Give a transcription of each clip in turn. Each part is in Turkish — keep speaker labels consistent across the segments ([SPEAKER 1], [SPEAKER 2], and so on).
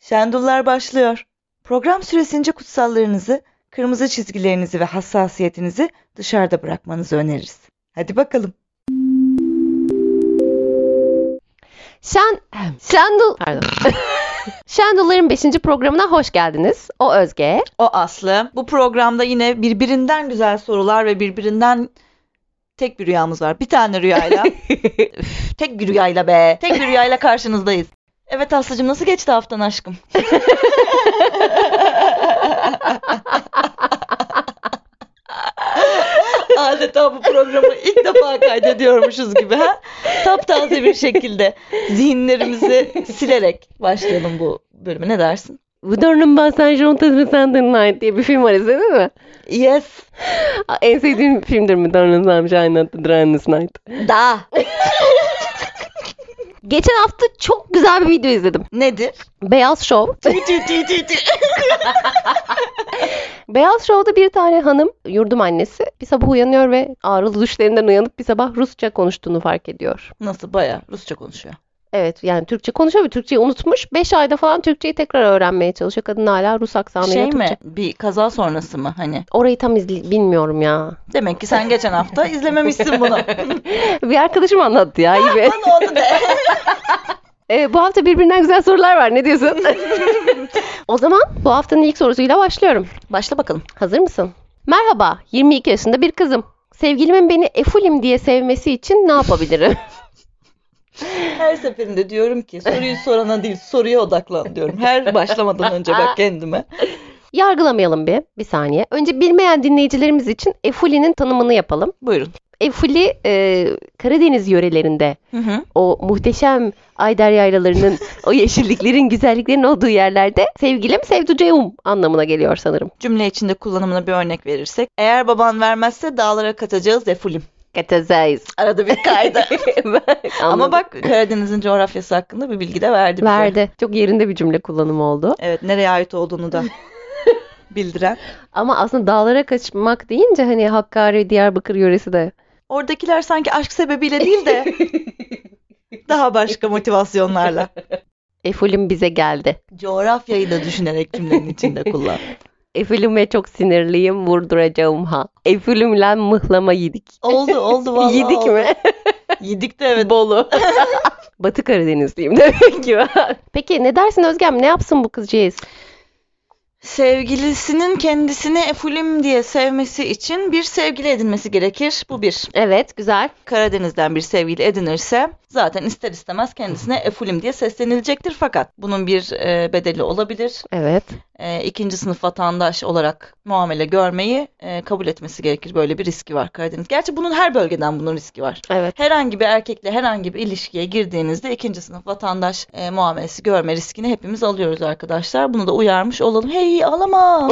[SPEAKER 1] Şendullar başlıyor. Program süresince kutsallarınızı, kırmızı çizgilerinizi ve hassasiyetinizi dışarıda bırakmanızı öneririz. Hadi bakalım.
[SPEAKER 2] Şen, Şendul, pardon. Şendulların 5. programına hoş geldiniz. O Özge.
[SPEAKER 1] O Aslı. Bu programda yine birbirinden güzel sorular ve birbirinden tek bir rüyamız var. Bir tane rüyayla. Üf, tek bir rüyayla be. Tek bir rüyayla karşınızdayız. Evet Aslı'cığım nasıl geçti haftan aşkım? Adeta bu programı ilk defa kaydediyormuşuz gibi ha. Taptaze bir şekilde zihinlerimizi silerek başlayalım bu bölüme ne dersin?
[SPEAKER 2] Bu dönem bazen John Sandin Night diye bir film var izledin mi?
[SPEAKER 1] Yes.
[SPEAKER 2] Aa, En sevdiğim filmdir mi Dönem Samşahin adlı Dranus Night.
[SPEAKER 1] Da.
[SPEAKER 2] Geçen hafta çok güzel bir video izledim.
[SPEAKER 1] Nedir?
[SPEAKER 2] Beyaz Show.
[SPEAKER 1] Tüy tüy tüy tüy tüy.
[SPEAKER 2] Beyaz Show'da bir tane hanım, yurdum annesi, bir sabah uyanıyor ve ağrılı düşlerinden uyanıp bir sabah Rusça konuştuğunu fark ediyor.
[SPEAKER 1] Nasıl baya Rusça konuşuyor.
[SPEAKER 2] Evet yani Türkçe konuşuyor ve Türkçeyi unutmuş. 5 ayda falan Türkçeyi tekrar öğrenmeye çalışıyor. Kadın hala Rus aksanıyla
[SPEAKER 1] şey
[SPEAKER 2] Türkçe.
[SPEAKER 1] mi? Bir kaza sonrası mı hani?
[SPEAKER 2] Orayı tam izle- bilmiyorum ya.
[SPEAKER 1] Demek ki sen geçen hafta izlememişsin bunu.
[SPEAKER 2] Bir arkadaşım anlattı ya iyi be.
[SPEAKER 1] Bana onu de.
[SPEAKER 2] Ee, bu hafta birbirinden güzel sorular var. Ne diyorsun? o zaman bu haftanın ilk sorusuyla başlıyorum.
[SPEAKER 1] Başla bakalım.
[SPEAKER 2] Hazır mısın? Merhaba, 22 yaşında bir kızım. Sevgilimin beni Efulim diye sevmesi için ne yapabilirim?
[SPEAKER 1] Her seferinde diyorum ki soruyu sorana değil soruya odaklan diyorum. Her başlamadan önce bak kendime.
[SPEAKER 2] Yargılamayalım bir, bir saniye. Önce bilmeyen dinleyicilerimiz için Efuli'nin tanımını yapalım.
[SPEAKER 1] Buyurun.
[SPEAKER 2] Efuli e, Karadeniz yörelerinde
[SPEAKER 1] Hı hı.
[SPEAKER 2] o muhteşem Ayder yaylalarının, o yeşilliklerin, güzelliklerin olduğu yerlerde sevgilim sevduceum anlamına geliyor sanırım.
[SPEAKER 1] Cümle içinde kullanımına bir örnek verirsek. Eğer baban vermezse dağlara kaçacağız defulim.
[SPEAKER 2] Katazayız.
[SPEAKER 1] Arada bir kaydı. Ama
[SPEAKER 2] Anladım.
[SPEAKER 1] bak Karadeniz'in coğrafyası hakkında bir bilgi de verdi bize.
[SPEAKER 2] verdi. Çok yerinde bir cümle kullanımı oldu.
[SPEAKER 1] Evet nereye ait olduğunu da bildiren.
[SPEAKER 2] Ama aslında dağlara kaçmak deyince hani Hakkari, Diyarbakır yöresi de
[SPEAKER 1] Oradakiler sanki aşk sebebiyle değil de daha başka motivasyonlarla.
[SPEAKER 2] Efulim bize geldi.
[SPEAKER 1] Coğrafyayı da düşünerek cümlenin içinde kullan.
[SPEAKER 2] Efulime çok sinirliyim, vurduracağım ha. Efulimle mıhlama yedik.
[SPEAKER 1] Oldu oldu vallahi.
[SPEAKER 2] yedik
[SPEAKER 1] oldu.
[SPEAKER 2] mi?
[SPEAKER 1] Yedik de evet.
[SPEAKER 2] Bolu. Batı Karadenizliyim demek ki ben. Peki ne dersin Özgem? Ne yapsın bu kızcağız?
[SPEAKER 1] Sevgilisinin kendisini efulim diye sevmesi için bir sevgili edinmesi gerekir. Bu bir.
[SPEAKER 2] Evet, güzel.
[SPEAKER 1] Karadeniz'den bir sevgili edinirse zaten ister istemez kendisine efulim diye seslenilecektir. Fakat bunun bir e, bedeli olabilir.
[SPEAKER 2] Evet.
[SPEAKER 1] E, ikinci sınıf vatandaş olarak muamele görmeyi e, kabul etmesi gerekir. Böyle bir riski var Karadeniz. Gerçi bunun her bölgeden bunun riski var.
[SPEAKER 2] Evet.
[SPEAKER 1] Herhangi bir erkekle herhangi bir ilişkiye girdiğinizde ikinci sınıf vatandaş e, muamelesi görme riskini hepimiz alıyoruz arkadaşlar. Bunu da uyarmış olalım. Hey alamam.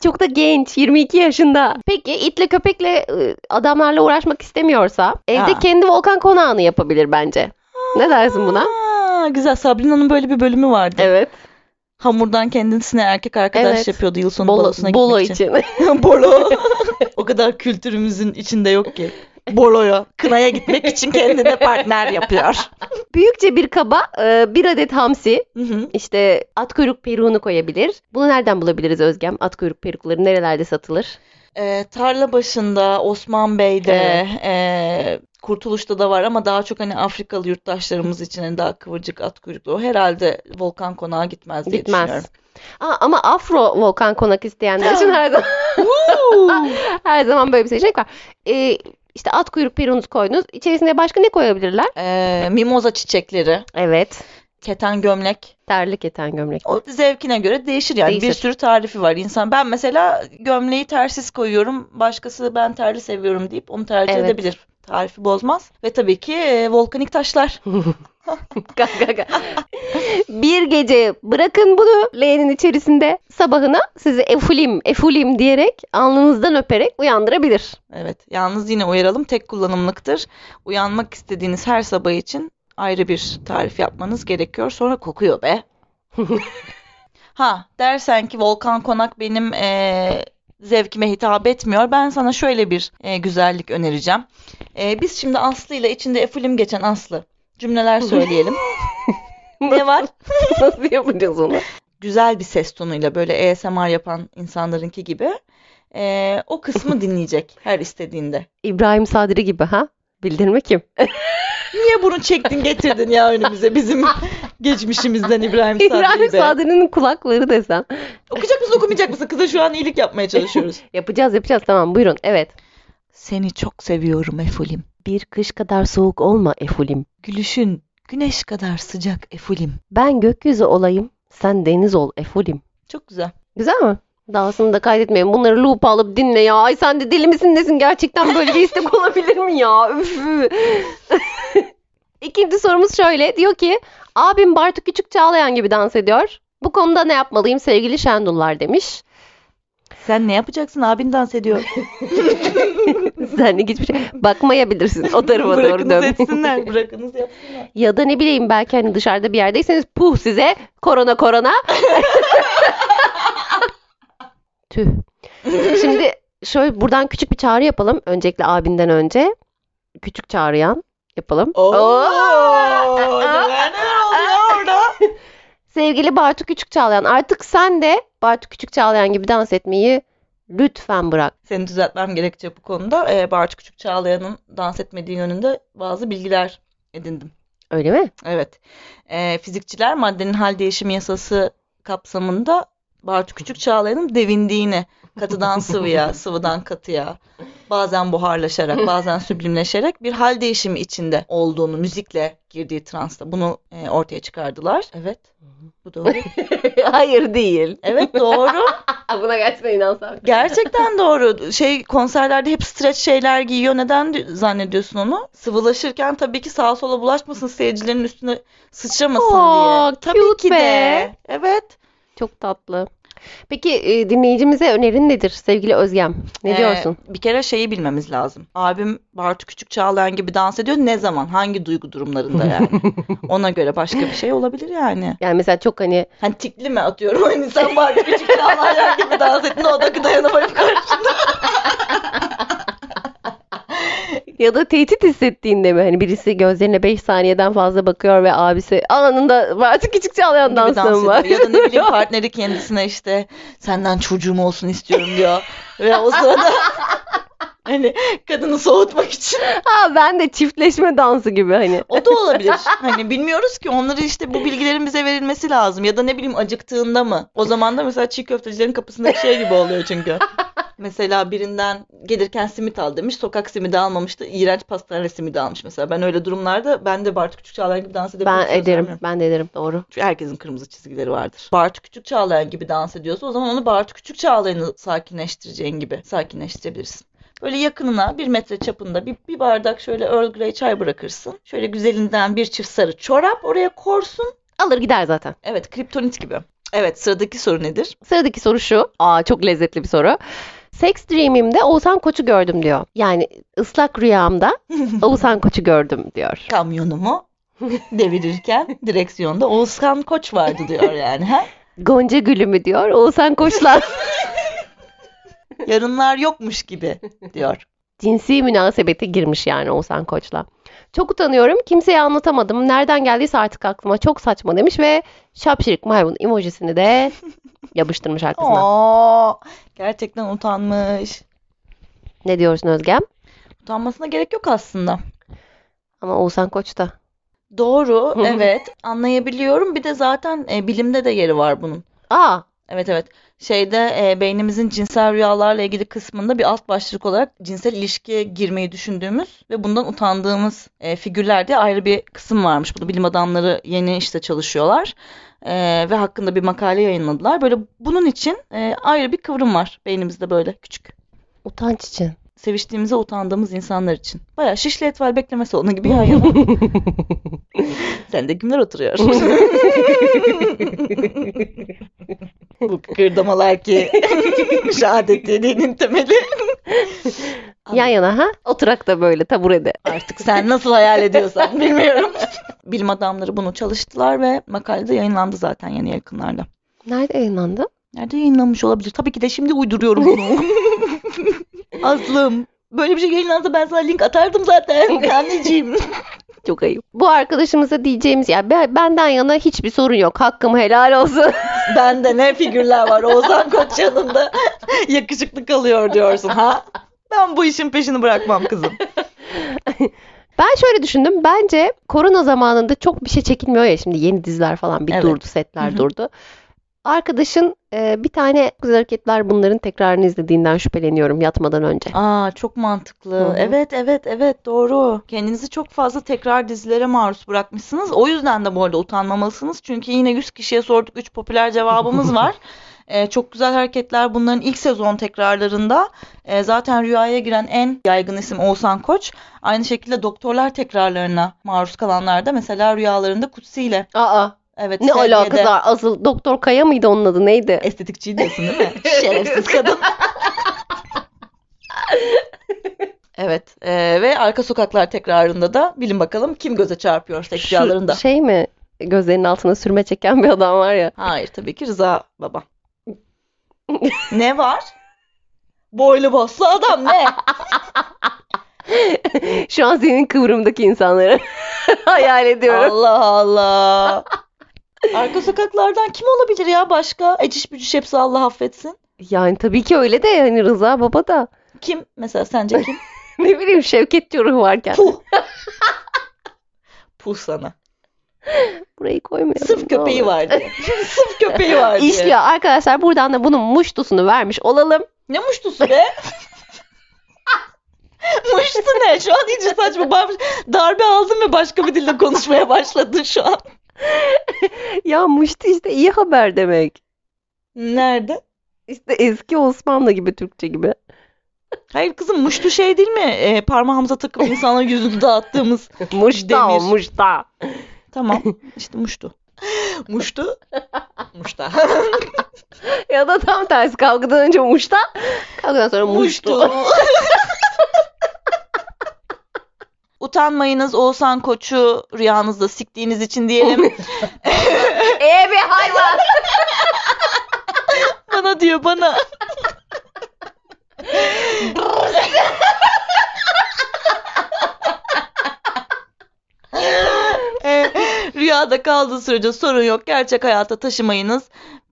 [SPEAKER 2] Çok da genç, 22 yaşında. Peki itle köpekle e, adamlarla uğraşmak istemiyorsa evde
[SPEAKER 1] Ha.
[SPEAKER 2] kendi volkan konağını yapabilir bence. Ne dersin buna?
[SPEAKER 1] Aa, güzel Sabrina'nın böyle bir bölümü vardı.
[SPEAKER 2] Evet.
[SPEAKER 1] Hamurdan kendisine erkek arkadaş
[SPEAKER 2] Evet.
[SPEAKER 1] yapıyordu yıl sonu
[SPEAKER 2] Bolo,
[SPEAKER 1] balosuna
[SPEAKER 2] bolo
[SPEAKER 1] gitmek için.
[SPEAKER 2] için.
[SPEAKER 1] Bolo. o kadar kültürümüzün içinde yok ki. Bolo'ya, kınaya gitmek için kendine partner yapıyor.
[SPEAKER 2] Büyükçe bir kaba e, bir adet hamsi
[SPEAKER 1] Hı hı.
[SPEAKER 2] işte at kuyruk peruğunu koyabilir. Bunu nereden bulabiliriz Özgem? At kuyruk perukları nerelerde satılır?
[SPEAKER 1] Ee, tarla başında, Osman Bey'de,
[SPEAKER 2] Evet.
[SPEAKER 1] ee, Kurtuluş'ta da var ama daha çok hani Afrikalı yurttaşlarımız için hani daha kıvırcık at kuyruklu. O herhalde Volkan Konağı gitmez diye
[SPEAKER 2] Gitmez. Aa, ama afro volkan konak isteyenler için her zaman,
[SPEAKER 1] düşünüyorum.
[SPEAKER 2] her zaman böyle bir seçenek var. E, işte at kuyruk peruğunuzu koydunuz. İçerisine başka ne koyabilirler?
[SPEAKER 1] Ee, mimoza çiçekleri,
[SPEAKER 2] Evet.
[SPEAKER 1] keten gömlek.
[SPEAKER 2] Terlik eten gömlek.
[SPEAKER 1] O zevkine göre değişir yani. Bir
[SPEAKER 2] Değişir.
[SPEAKER 1] sürü tarifi var insan. Ben mesela gömleği tersiz koyuyorum. Başkası ben terli seviyorum deyip onu tercih
[SPEAKER 2] Evet.
[SPEAKER 1] edebilir. Tarifi bozmaz. Ve tabii ki ee, volkanik taşlar.
[SPEAKER 2] Ga, ga, ga. bir gece bırakın bunu leğenin içerisinde sabahına sizi efulim efulim diyerek alnınızdan öperek uyandırabilir.
[SPEAKER 1] Evet. Yalnız yine uyaralım tek kullanımlıktır. Uyanmak istediğiniz her sabah için ayrı bir tarif yapmanız gerekiyor. Sonra kokuyor be. Ha dersen ki Volkan Konak benim eee, zevkime hitap etmiyor. Ben sana şöyle bir eee, güzellik önereceğim. e, Eee, biz şimdi Aslı ile içinde efulim geçen Aslı cümleler söyleyelim. Ne var?
[SPEAKER 2] Nasıl yapacağız onu?
[SPEAKER 1] Güzel bir ses tonuyla böyle ASMR yapan insanlarınki gibi ee, o kısmı dinleyecek her istediğinde.
[SPEAKER 2] İbrahim Sadri gibi ha? Bildirme kim?
[SPEAKER 1] Niye bunu çektin getirdin ya önümüze bizim geçmişimizden İbrahim
[SPEAKER 2] İbrahim
[SPEAKER 1] Sadri'yi be?
[SPEAKER 2] Sadri'nin kulakları desem.
[SPEAKER 1] Okuyacak mısın okumayacak mısın? Kıza şu an iyilik yapmaya çalışıyoruz.
[SPEAKER 2] Yapacağız yapacağız tamam buyurun evet.
[SPEAKER 1] Seni çok seviyorum Efulim.
[SPEAKER 2] Bir kış kadar soğuk olma Efulim.
[SPEAKER 1] Gülüşün güneş kadar sıcak Efulim.
[SPEAKER 2] Ben gökyüzü olayım, sen deniz ol Efulim.
[SPEAKER 1] Çok güzel.
[SPEAKER 2] Güzel mi? Dahasını da kaydetmeyin. Bunları loop alıp dinle ya. Ay sen de deli misin nesin? Gerçekten böyle bir istek olabilir mi ya? Üf. İkinci sorumuz şöyle. Diyor ki abim Bartu Küçük Çağlayan gibi dans ediyor. Bu konuda ne yapmalıyım sevgili Şendullar demiş.
[SPEAKER 1] Sen ne yapacaksın? Abin dans ediyor.
[SPEAKER 2] Sen de hiçbir şey bakmayabilirsin o tarafa doğru
[SPEAKER 1] Bırakınız
[SPEAKER 2] dön.
[SPEAKER 1] etsinler. Bırakınız yapsınlar.
[SPEAKER 2] Ya da ne bileyim belki hani dışarıda bir yerdeyseniz puh size korona korona. Tüh. Şimdi şöyle buradan küçük bir çağrı yapalım. Öncelikle abinden önce. Küçük çağrıyan yapalım. Oo.
[SPEAKER 1] Neler neler oluyor orada?
[SPEAKER 2] Sevgili Bartu Küçük Çağlayan artık sen de Bartu Küçük Çağlayan gibi dans etmeyi lütfen bırak.
[SPEAKER 1] Seni düzeltmem gerekecek bu konuda. Ee, Bartu Küçük Çağlayan'ın dans etmediği yönünde bazı bilgiler edindim.
[SPEAKER 2] Öyle mi?
[SPEAKER 1] Evet. Ee, fizikçiler maddenin hal değişimi yasası kapsamında Bartu Küçük Çağlayan'ın devindiğini, katıdan sıvıya, sıvıdan katıya, bazen buharlaşarak, bazen süblimleşerek bir hal değişimi içinde olduğunu müzikle girdiği transta bunu e, ortaya çıkardılar. Evet. Bu doğru.
[SPEAKER 2] Hayır değil.
[SPEAKER 1] Evet doğru.
[SPEAKER 2] Buna gerçekten inansam.
[SPEAKER 1] Gerçekten doğru. Şey konserlerde hep streç şeyler giyiyor. Neden di- zannediyorsun onu? Sıvılaşırken tabii ki sağa sola bulaşmasın, seyircilerin üstüne sıçramasın
[SPEAKER 2] Aa,
[SPEAKER 1] diye. Tabii
[SPEAKER 2] cute
[SPEAKER 1] ki de.
[SPEAKER 2] be.
[SPEAKER 1] Evet.
[SPEAKER 2] Çok tatlı. Peki e, dinleyicimize önerin nedir sevgili Özgem? Ne
[SPEAKER 1] Ee,
[SPEAKER 2] diyorsun?
[SPEAKER 1] Bir kere şeyi bilmemiz lazım. Abim Bartu Küçük Çağlayan gibi dans ediyor. Ne zaman? Hangi duygu durumlarında yani? Ona göre başka bir şey olabilir yani.
[SPEAKER 2] Yani mesela çok hani
[SPEAKER 1] Hani tikli mi atıyorum? Hani sen Bartu Küçük Çağlayan gibi dans ettin. O da dayanamayıp karşında.
[SPEAKER 2] ya da tehdit hissettiğinde mi hani birisi gözlerine 5 saniyeden fazla bakıyor ve abisi anında artık küçük çağlayan
[SPEAKER 1] gibi
[SPEAKER 2] dansım
[SPEAKER 1] dans
[SPEAKER 2] var.
[SPEAKER 1] ediyor. Ya da ne bileyim partneri kendisine işte senden çocuğum olsun istiyorum diyor. Ve o sırada hani kadını soğutmak için.
[SPEAKER 2] ha ben de çiftleşme dansı gibi hani.
[SPEAKER 1] O da olabilir. Hani bilmiyoruz ki onları işte bu bilgilerin bize verilmesi lazım. Ya da ne bileyim acıktığında mı? O zaman da mesela çiğ köftecilerin kapısındaki şey gibi oluyor çünkü. Mesela birinden gelirken simit al demiş. Sokak simidi almamıştı. iğrenç pastane simidi almış mesela. Ben öyle durumlarda ben de Bartu Küçük Çağlayan gibi dans edebilirim.
[SPEAKER 2] Ben
[SPEAKER 1] söz
[SPEAKER 2] ederim.
[SPEAKER 1] vermiyorum.
[SPEAKER 2] Ben de ederim. Doğru.
[SPEAKER 1] Çünkü herkesin kırmızı çizgileri vardır. Bartu Küçük Çağlayan gibi dans ediyorsa o zaman onu Bartu Küçük Çağlayan'ı sakinleştireceğin gibi sakinleştirebilirsin. Böyle yakınına bir metre çapında bir, bir bardak şöyle Earl Grey çay bırakırsın. Şöyle güzelinden bir çift sarı çorap oraya korsun.
[SPEAKER 2] Alır gider zaten.
[SPEAKER 1] Evet kriptonit gibi. Evet sıradaki soru nedir?
[SPEAKER 2] Sıradaki soru şu. Aa çok lezzetli bir soru. Sex dream'imde Oğuzhan Koç'u gördüm diyor. Yani ıslak rüyamda Oğuzhan Koç'u gördüm diyor.
[SPEAKER 1] Kamyonumu devirirken direksiyonda Oğuzhan Koç vardı diyor yani. Ha?
[SPEAKER 2] Gonca gülümü diyor. Oğuzhan Koç'la
[SPEAKER 1] Yarınlar yokmuş gibi diyor.
[SPEAKER 2] cinsi münasebete girmiş yani Oğuzhan Koç'la. Çok utanıyorum. Kimseye anlatamadım. Nereden geldiyse artık aklıma çok saçma demiş ve şapşirik maymun emojisini de yapıştırmış
[SPEAKER 1] Oh.
[SPEAKER 2] arkasına.
[SPEAKER 1] Oo, gerçekten utanmış.
[SPEAKER 2] Ne diyorsun Özgem?
[SPEAKER 1] Utanmasına gerek yok aslında.
[SPEAKER 2] Ama Oğuzhan Koç da.
[SPEAKER 1] Doğru, evet. Anlayabiliyorum. Bir de zaten e, bilimde de yeri var bunun.
[SPEAKER 2] Aa,
[SPEAKER 1] Evet evet. Şeyde e, beynimizin cinsel rüyalarla ilgili kısmında bir alt başlık olarak cinsel ilişkiye girmeyi düşündüğümüz ve bundan utandığımız e, figürler diye ayrı bir kısım varmış. Bunu bilim adamları yeni işte çalışıyorlar E, ve hakkında bir makale yayınladılar. Böyle bunun için e, ayrı bir kıvrım var beynimizde böyle küçük.
[SPEAKER 2] utanç için.
[SPEAKER 1] Seviştiğimize utandığımız insanlar için. Baya şişli etval bekleme salonu gibi yan yana. Sen de kimler oturuyor? Bu kıkırdamalar ki şehadetlerinin temeli.
[SPEAKER 2] Yan yana ha? Oturak da böyle taburede.
[SPEAKER 1] Artık sen nasıl hayal ediyorsan bilmiyorum. Bilim adamları bunu çalıştılar ve makalede yayınlandı zaten yeni yakınlarda.
[SPEAKER 2] Nerede yayınlandı?
[SPEAKER 1] Nerede yayınlanmış olabilir? Tabii ki de şimdi uyduruyorum bunu. Aslım. Böyle bir şey yayınlansa ben sana link atardım zaten anneciğim.
[SPEAKER 2] Çok ayıp. Bu arkadaşımıza diyeceğimiz ya ben- benden yana hiçbir sorun yok. Hakkım helal olsun.
[SPEAKER 1] Bende ne figürler var Oğuzhan Koç yanında yakışıklı kalıyor diyorsun ha? Ben bu işin peşini bırakmam kızım.
[SPEAKER 2] Ben şöyle düşündüm. Bence korona zamanında çok bir şey çekilmiyor ya şimdi yeni diziler falan bir
[SPEAKER 1] Evet.
[SPEAKER 2] durdu, setler
[SPEAKER 1] Hı hı.
[SPEAKER 2] durdu. Arkadaşın e, bir tane Güzel Hareketler bunların tekrarını izlediğinden şüpheleniyorum yatmadan önce.
[SPEAKER 1] Aa çok mantıklı.
[SPEAKER 2] Hı hı.
[SPEAKER 1] Evet evet evet doğru. Kendinizi çok fazla tekrar dizilere maruz bırakmışsınız. O yüzden de bu arada utanmamalısınız. Çünkü yine 100 kişiye sorduk 3 popüler cevabımız var. Ee, çok güzel hareketler bunların ilk sezon tekrarlarında. Ee, zaten rüyaya giren en yaygın isim Oğuzhan Koç. Aynı şekilde doktorlar tekrarlarına maruz kalanlar da mesela rüyalarında Kutsi ile.
[SPEAKER 2] Aa
[SPEAKER 1] Evet
[SPEAKER 2] ne
[SPEAKER 1] sevgide-
[SPEAKER 2] alakası var? Asıl Doktor Kaya mıydı onun adı neydi?
[SPEAKER 1] Estetikçi diyorsun değil mi? Şerefsiz kadın. evet e, ve arka sokaklar tekrarında da bilin bakalım kim göze çarpıyor seks
[SPEAKER 2] Şu
[SPEAKER 1] rüyalarında.
[SPEAKER 2] şey mi? Gözlerinin altına sürme çeken bir adam var ya.
[SPEAKER 1] Hayır tabii ki Rıza baba. ne var? Boylu boslu adam ne?
[SPEAKER 2] Şu an senin kıvrımdaki insanları hayal ediyorum.
[SPEAKER 1] Allah Allah. Arka sokaklardan kim olabilir ya başka? Eciş bücüş hepsi Allah affetsin.
[SPEAKER 2] Yani tabii ki öyle de yani Rıza Baba da.
[SPEAKER 1] Kim mesela sence kim?
[SPEAKER 2] Ne bileyim Şevket Çoruh varken.
[SPEAKER 1] Puh. Puh sana.
[SPEAKER 2] Burayı koymayalım.
[SPEAKER 1] Sırf
[SPEAKER 2] ne
[SPEAKER 1] köpeği
[SPEAKER 2] olur.
[SPEAKER 1] var diye. Sırf köpeği var diye.
[SPEAKER 2] İşliyor arkadaşlar buradan da bunun muştusunu vermiş olalım.
[SPEAKER 1] Ne muştusu be? Muştu ne? Şu an iyice saçma. Ben darbe aldım ve başka bir dilde konuşmaya başladın şu an.
[SPEAKER 2] Ya muştu işte iyi haber demek.
[SPEAKER 1] Nerede?
[SPEAKER 2] İşte eski Osmanlı gibi Türkçe gibi.
[SPEAKER 1] Hayır kızım muştu şey değil mi? Ee, parmağımıza takıp insanların yüzünü dağıttığımız.
[SPEAKER 2] Muşta o
[SPEAKER 1] Demir.
[SPEAKER 2] muşta.
[SPEAKER 1] Tamam. İşte muştu. Muştu. Muşta.
[SPEAKER 2] Ya da tam tersi kavgadan önce muşta kavgadan sonra muştu.
[SPEAKER 1] Utanmayınız Oğuzhan Koç'u rüyanızda siktiğiniz için diyelim.
[SPEAKER 2] Ee bir hayvan.
[SPEAKER 1] Bana diyor bana. Ee, rüyada kaldığı sürece sorun yok. Gerçek hayata taşımayınız.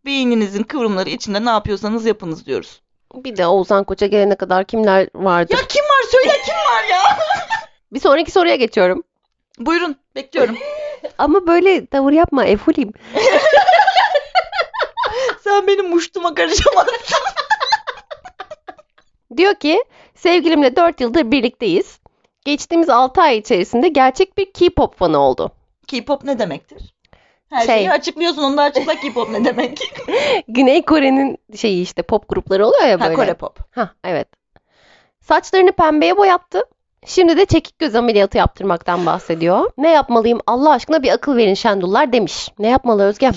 [SPEAKER 1] Beyninizin kıvrımları içinde ne yapıyorsanız yapınız diyoruz.
[SPEAKER 2] Bir de Oğuzhan Koç'a gelene kadar kimler vardı?
[SPEAKER 1] Ya kim var söyle kim var ya?
[SPEAKER 2] Bir sonraki soruya geçiyorum.
[SPEAKER 1] Buyurun bekliyorum.
[SPEAKER 2] Ama böyle tavır yapma Efulim.
[SPEAKER 1] Sen benim muştuma karışamazsın.
[SPEAKER 2] Diyor ki sevgilimle 4 yıldır birlikteyiz. Geçtiğimiz 6 ay içerisinde gerçek bir K-pop fanı oldu.
[SPEAKER 1] K-pop ne demektir? Her
[SPEAKER 2] Şey.
[SPEAKER 1] şeyi açıklıyorsun onu da açıkla K-pop ne demek?
[SPEAKER 2] Güney Kore'nin şeyi işte pop grupları oluyor ya
[SPEAKER 1] ha,
[SPEAKER 2] böyle.
[SPEAKER 1] Kore pop.
[SPEAKER 2] Ha, evet. Saçlarını pembeye boyattı. Şimdi de çekik göz ameliyatı yaptırmaktan bahsediyor. Ne yapmalıyım Allah aşkına bir akıl verin şendullar demiş. Ne yapmalı Özgem?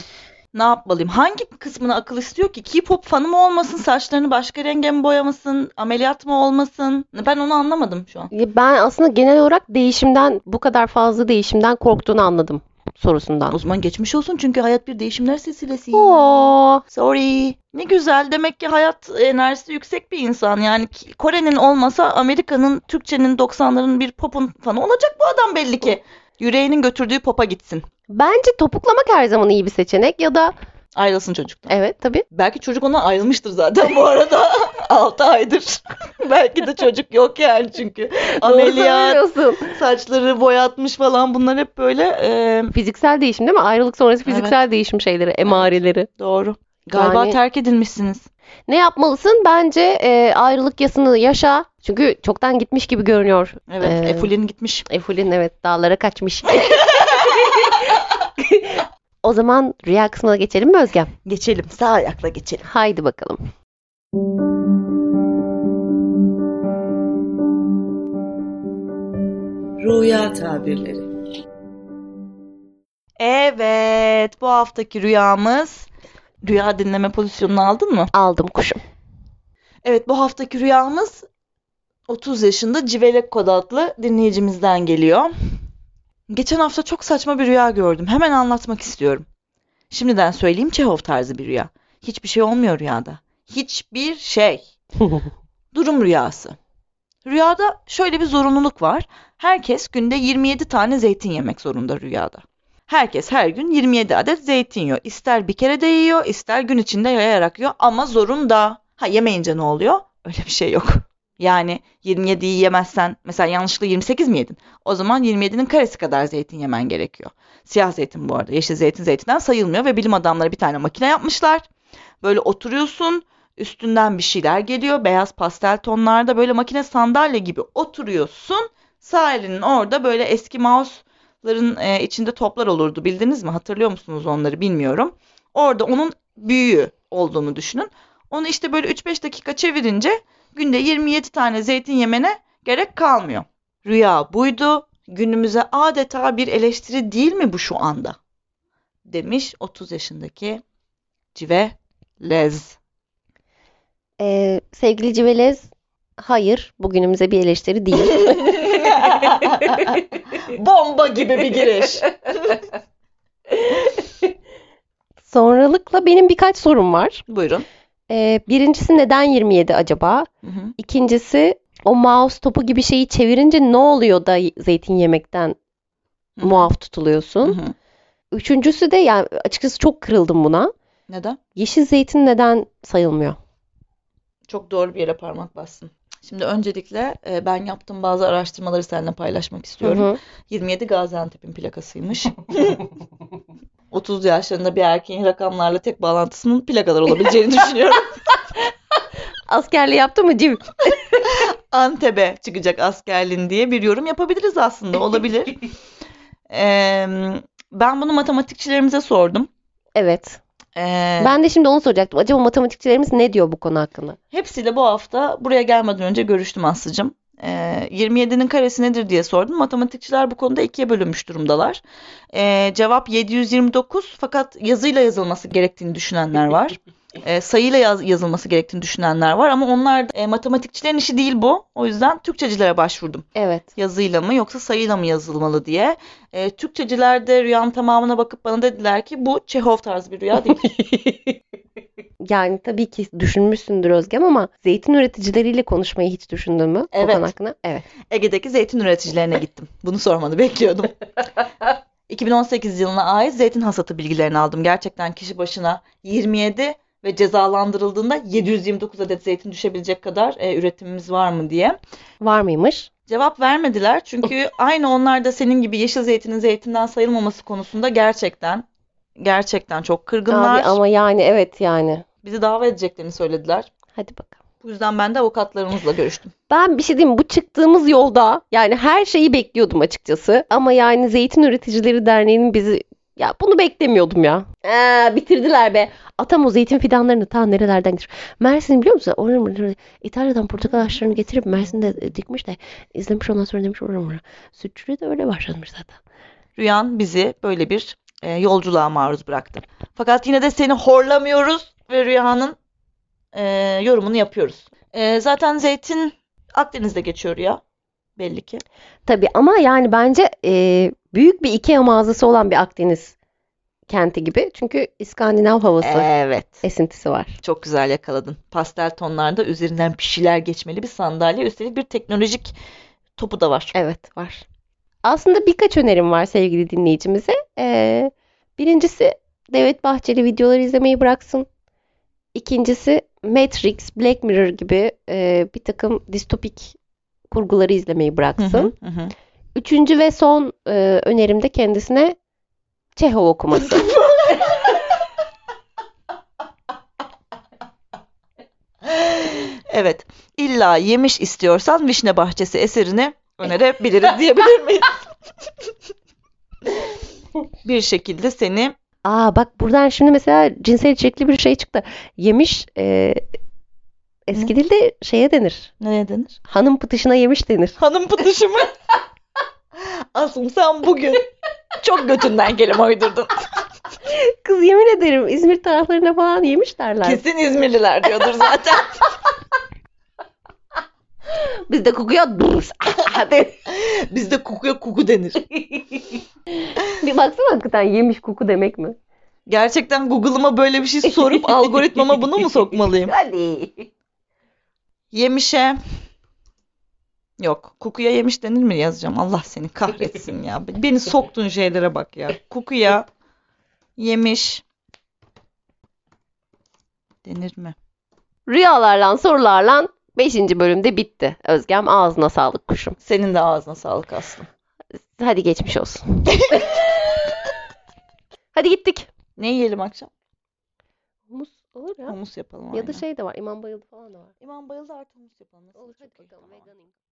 [SPEAKER 1] Ne yapmalıyım? Hangi kısmına akıl istiyor ki? K-pop fanı mı olmasın? Saçlarını başka renge mi boyamasın? Ameliyat mı olmasın? Ben onu anlamadım şu an.
[SPEAKER 2] Ya Ben aslında genel olarak değişimden bu kadar fazla değişimden korktuğunu anladım
[SPEAKER 1] O
[SPEAKER 2] sorusundan.
[SPEAKER 1] zaman geçmiş olsun çünkü hayat bir değişimler silsilesi.
[SPEAKER 2] Oo,
[SPEAKER 1] Sorry. Ne güzel. Demek ki hayat enerjisi yüksek bir insan. Yani K- Kore'nin olmasa Amerika'nın, Türkçenin, 90'ların bir popun fanı olacak bu adam belli ki. Yüreğinin götürdüğü popa gitsin.
[SPEAKER 2] bence topuklamak her zaman iyi bir seçenek ya da
[SPEAKER 1] Ayrılsın çocuktan.
[SPEAKER 2] evet tabii
[SPEAKER 1] Belki çocuk ondan ayrılmıştır zaten bu arada. 6 aydır. Belki de çocuk yok yani çünkü.
[SPEAKER 2] Doğru
[SPEAKER 1] Ameliyat,
[SPEAKER 2] söylüyorsun.
[SPEAKER 1] saçları boyatmış falan bunlar hep böyle e,
[SPEAKER 2] Fiziksel değişim değil mi? Ayrılık sonrası fiziksel değişim şeyleri, emareleri.
[SPEAKER 1] doğru. Galiba
[SPEAKER 2] Yani-
[SPEAKER 1] terk edilmişsiniz.
[SPEAKER 2] Ne yapmalısın? Bence e, ayrılık yasını yaşa. Çünkü çoktan gitmiş gibi görünüyor.
[SPEAKER 1] Evet,
[SPEAKER 2] Ee,
[SPEAKER 1] Efulin gitmiş.
[SPEAKER 2] Efulin evet dağlara kaçmış. O zaman rüya kısmına geçelim mi Özgem?
[SPEAKER 1] Geçelim, sağ ayakla geçelim.
[SPEAKER 2] Haydi bakalım.
[SPEAKER 3] Rüya tabirleri.
[SPEAKER 1] Evet, bu haftaki rüyamız rüya dinleme pozisyonunu aldın mı?
[SPEAKER 2] Aldım kuşum.
[SPEAKER 1] Evet, bu haftaki rüyamız 30 yaşında Civelek kod adlı dinleyicimizden geliyor. Geçen hafta çok saçma bir rüya gördüm. Hemen anlatmak istiyorum. Şimdiden söyleyeyim Çehov tarzı bir rüya. Hiçbir şey olmuyor rüyada. Hiçbir şey. Durum rüyası. Rüyada şöyle bir zorunluluk var. Herkes günde 27 tane zeytin yemek zorunda rüyada. Herkes her gün 27 adet zeytin yiyor. İster bir kere de yiyor, ister gün içinde yayarak yiyor ama zorunda. Ha yemeyince ne oluyor? Öyle bir şey yok. Yani 27'yi yemezsen mesela yanlışlıkla 28 mi yedin? O zaman 27'nin karesi kadar zeytin yemen gerekiyor. Siyah zeytin bu arada. Yeşil zeytin zeytinden sayılmıyor ve bilim adamları bir tane makine yapmışlar. Böyle oturuyorsun üstünden bir şeyler geliyor. Beyaz pastel tonlarda böyle makine sandalye gibi oturuyorsun. Sağ elinin orada böyle eski mouse'ların e, içinde toplar olurdu bildiniz mi? Hatırlıyor musunuz onları bilmiyorum. Orada onun büyüğü olduğunu düşünün. Onu işte böyle 3-5 dakika çevirince günde 27 tane zeytin yemene gerek kalmıyor. Rüya buydu. Günümüze adeta bir eleştiri değil mi bu şu anda? Demiş 30 yaşındaki Cive Lez.
[SPEAKER 2] Ee, sevgili Civelez, hayır bugünümüze bir eleştiri değil.
[SPEAKER 1] Bomba gibi bir giriş.
[SPEAKER 2] Sonralıkla benim birkaç sorum var.
[SPEAKER 1] Buyurun.
[SPEAKER 2] Ee, birincisi neden 27 acaba?
[SPEAKER 1] Hı-hı.
[SPEAKER 2] İkincisi o mouse topu gibi şeyi çevirince ne oluyor da zeytin yemekten
[SPEAKER 1] Hı.
[SPEAKER 2] muaf tutuluyorsun?
[SPEAKER 1] Hı-hı.
[SPEAKER 2] Üçüncüsü de yani açıkçası çok kırıldım buna.
[SPEAKER 1] Neden?
[SPEAKER 2] Yeşil zeytin neden sayılmıyor?
[SPEAKER 1] Çok doğru bir yere parmak bassın. Şimdi öncelikle e, ben yaptığım bazı araştırmaları seninle paylaşmak istiyorum. 27 Gaziantep'in plakasıymış. 30 yaşlarında bir erkeğin rakamlarla tek bağlantısının plakalar olabileceğini düşünüyorum.
[SPEAKER 2] Askerliği yaptı mı Cim?
[SPEAKER 1] Antep'e çıkacak askerliğin diye bir yorum yapabiliriz aslında. Olabilir. Ee, ben bunu matematikçilerimize sordum.
[SPEAKER 2] Evet.
[SPEAKER 1] Ee,
[SPEAKER 2] Ben de şimdi onu soracaktım. Acaba matematikçilerimiz ne diyor bu konu hakkında?
[SPEAKER 1] Hepsiyle bu hafta buraya gelmeden önce görüştüm Aslı'cığım. Ee, 27'nin karesi nedir diye sordum. Matematikçiler bu konuda ikiye bölünmüş durumdalar. Ee, cevap 729 fakat yazıyla yazılması gerektiğini düşünenler var. Ee, sayıyla yaz- yazılması gerektiğini düşünenler var ama onlar da, e, matematikçilerin işi değil bu. O yüzden Türkçecilere başvurdum
[SPEAKER 2] Evet.
[SPEAKER 1] yazıyla mı yoksa sayıyla mı yazılmalı diye. E, Türkçecilerde rüyanın tamamına bakıp bana dediler ki bu Çehov tarzı bir rüya değil.
[SPEAKER 2] Yani tabii ki düşünmüşsündür Özgem ama zeytin üreticileriyle konuşmayı hiç düşündün mü? Bu
[SPEAKER 1] Evet.
[SPEAKER 2] konu hakkında. Evet.
[SPEAKER 1] Ege'deki zeytin üreticilerine gittim. Bunu sormanı bekliyordum. 2018 yılına ait zeytin hasatı bilgilerini aldım. Gerçekten kişi başına 27 ve cezalandırıldığında 729 adet zeytin düşebilecek kadar e, üretimimiz var mı diye.
[SPEAKER 2] Var mıymış?
[SPEAKER 1] Cevap vermediler çünkü aynı onlar da senin gibi yeşil zeytinin zeytinden sayılmaması konusunda gerçekten gerçekten çok kırgınlar.
[SPEAKER 2] Abi ama yani evet yani.
[SPEAKER 1] Bizi dava edeceklerini söylediler.
[SPEAKER 2] Hadi bakalım.
[SPEAKER 1] Bu yüzden ben de avukatlarımızla görüştüm.
[SPEAKER 2] Ben bir şey diyeyim mi? bu çıktığımız yolda yani her şeyi bekliyordum açıkçası. Ama yani Zeytin Üreticileri Derneği'nin bizi ya bunu beklemiyordum ya. Ee, bitirdiler be. Atam o zeytin fidanlarını ta nerelerden getir. Mersin biliyor musun? Oradan buradan- İtalya'dan portakal ağaçlarını getirip Mersin'de e, dikmiş de izlemiş ondan sonra demiş oradan buraya. Sütçülüğü de öyle başlamış zaten.
[SPEAKER 1] Rüyan bizi böyle bir e, yolculuğa maruz bıraktı. Fakat yine de seni horlamıyoruz ve Rüya'nın e, yorumunu yapıyoruz. E, zaten zeytin Akdeniz'de geçiyor Rüya. Belli ki.
[SPEAKER 2] Tabii ama yani bence e, büyük bir Ikea mağazası olan bir Akdeniz kenti gibi. Çünkü İskandinav havası
[SPEAKER 1] Evet.
[SPEAKER 2] esintisi var.
[SPEAKER 1] Çok güzel yakaladın. Pastel tonlarda üzerinden bir şeyler geçmeli bir sandalye. Üstelik bir teknolojik topu da var.
[SPEAKER 2] Evet var. Aslında birkaç önerim var sevgili dinleyicimize. Ee, birincisi Devlet Bahçeli videoları izlemeyi bıraksın. İkincisi Matrix, Black Mirror gibi e, bir takım distopik kurguları izlemeyi
[SPEAKER 1] Hı hı,
[SPEAKER 2] bıraksın.
[SPEAKER 1] hı hı.
[SPEAKER 2] Üçüncü ve son e, önerim de kendisine Çehov okuması.
[SPEAKER 1] Evet. İlla yemiş istiyorsan Vişne Bahçesi eserini önerebiliriz diyebilir miyiz? bir şekilde seni
[SPEAKER 2] Aa bak buradan şimdi mesela cinsel içerikli bir şey çıktı. Yemiş e, eski dilde şeye denir.
[SPEAKER 1] ne denir?
[SPEAKER 2] Hanım pıtışına yemiş denir.
[SPEAKER 1] Hanım pıtışı mı? Asım sen bugün çok götünden kelime uydurdun.
[SPEAKER 2] Kız yemin ederim İzmir taraflarına falan yemiş derler.
[SPEAKER 1] Kesin İzmirliler diyordur zaten.
[SPEAKER 2] Bizde Ah, kokuyor. durus.
[SPEAKER 1] Bizde kokuya kuku denir.
[SPEAKER 2] bir baksana hakikaten yemiş koku demek mi?
[SPEAKER 1] Gerçekten Google'ıma böyle bir şey sorup algoritmama bunu mu sokmalıyım?
[SPEAKER 2] Hadi.
[SPEAKER 1] Yemişe Yok. Kukuya yemiş denir mi yazacağım? Allah seni kahretsin ya. Beni soktun şeylere bak ya. Kukuya yemiş denir mi?
[SPEAKER 2] Rüyalarla sorularla 5. bölümde bitti. Özgem ağzına sağlık kuşum.
[SPEAKER 1] Senin de ağzına sağlık aslında.
[SPEAKER 2] Hadi geçmiş olsun. Hadi gittik.
[SPEAKER 1] Ne yiyelim akşam?
[SPEAKER 2] Humus olur ya.
[SPEAKER 1] Humus yapalım.
[SPEAKER 2] Ya da
[SPEAKER 1] aynen.
[SPEAKER 2] şey de var. İmam bayıldı falan da var.
[SPEAKER 1] İmam bayıldı artı humus yapalım. Nasıl?
[SPEAKER 2] Olur
[SPEAKER 1] Çok
[SPEAKER 2] hadi
[SPEAKER 1] iyi,
[SPEAKER 2] bakalım.
[SPEAKER 1] tamam.
[SPEAKER 2] Veganım.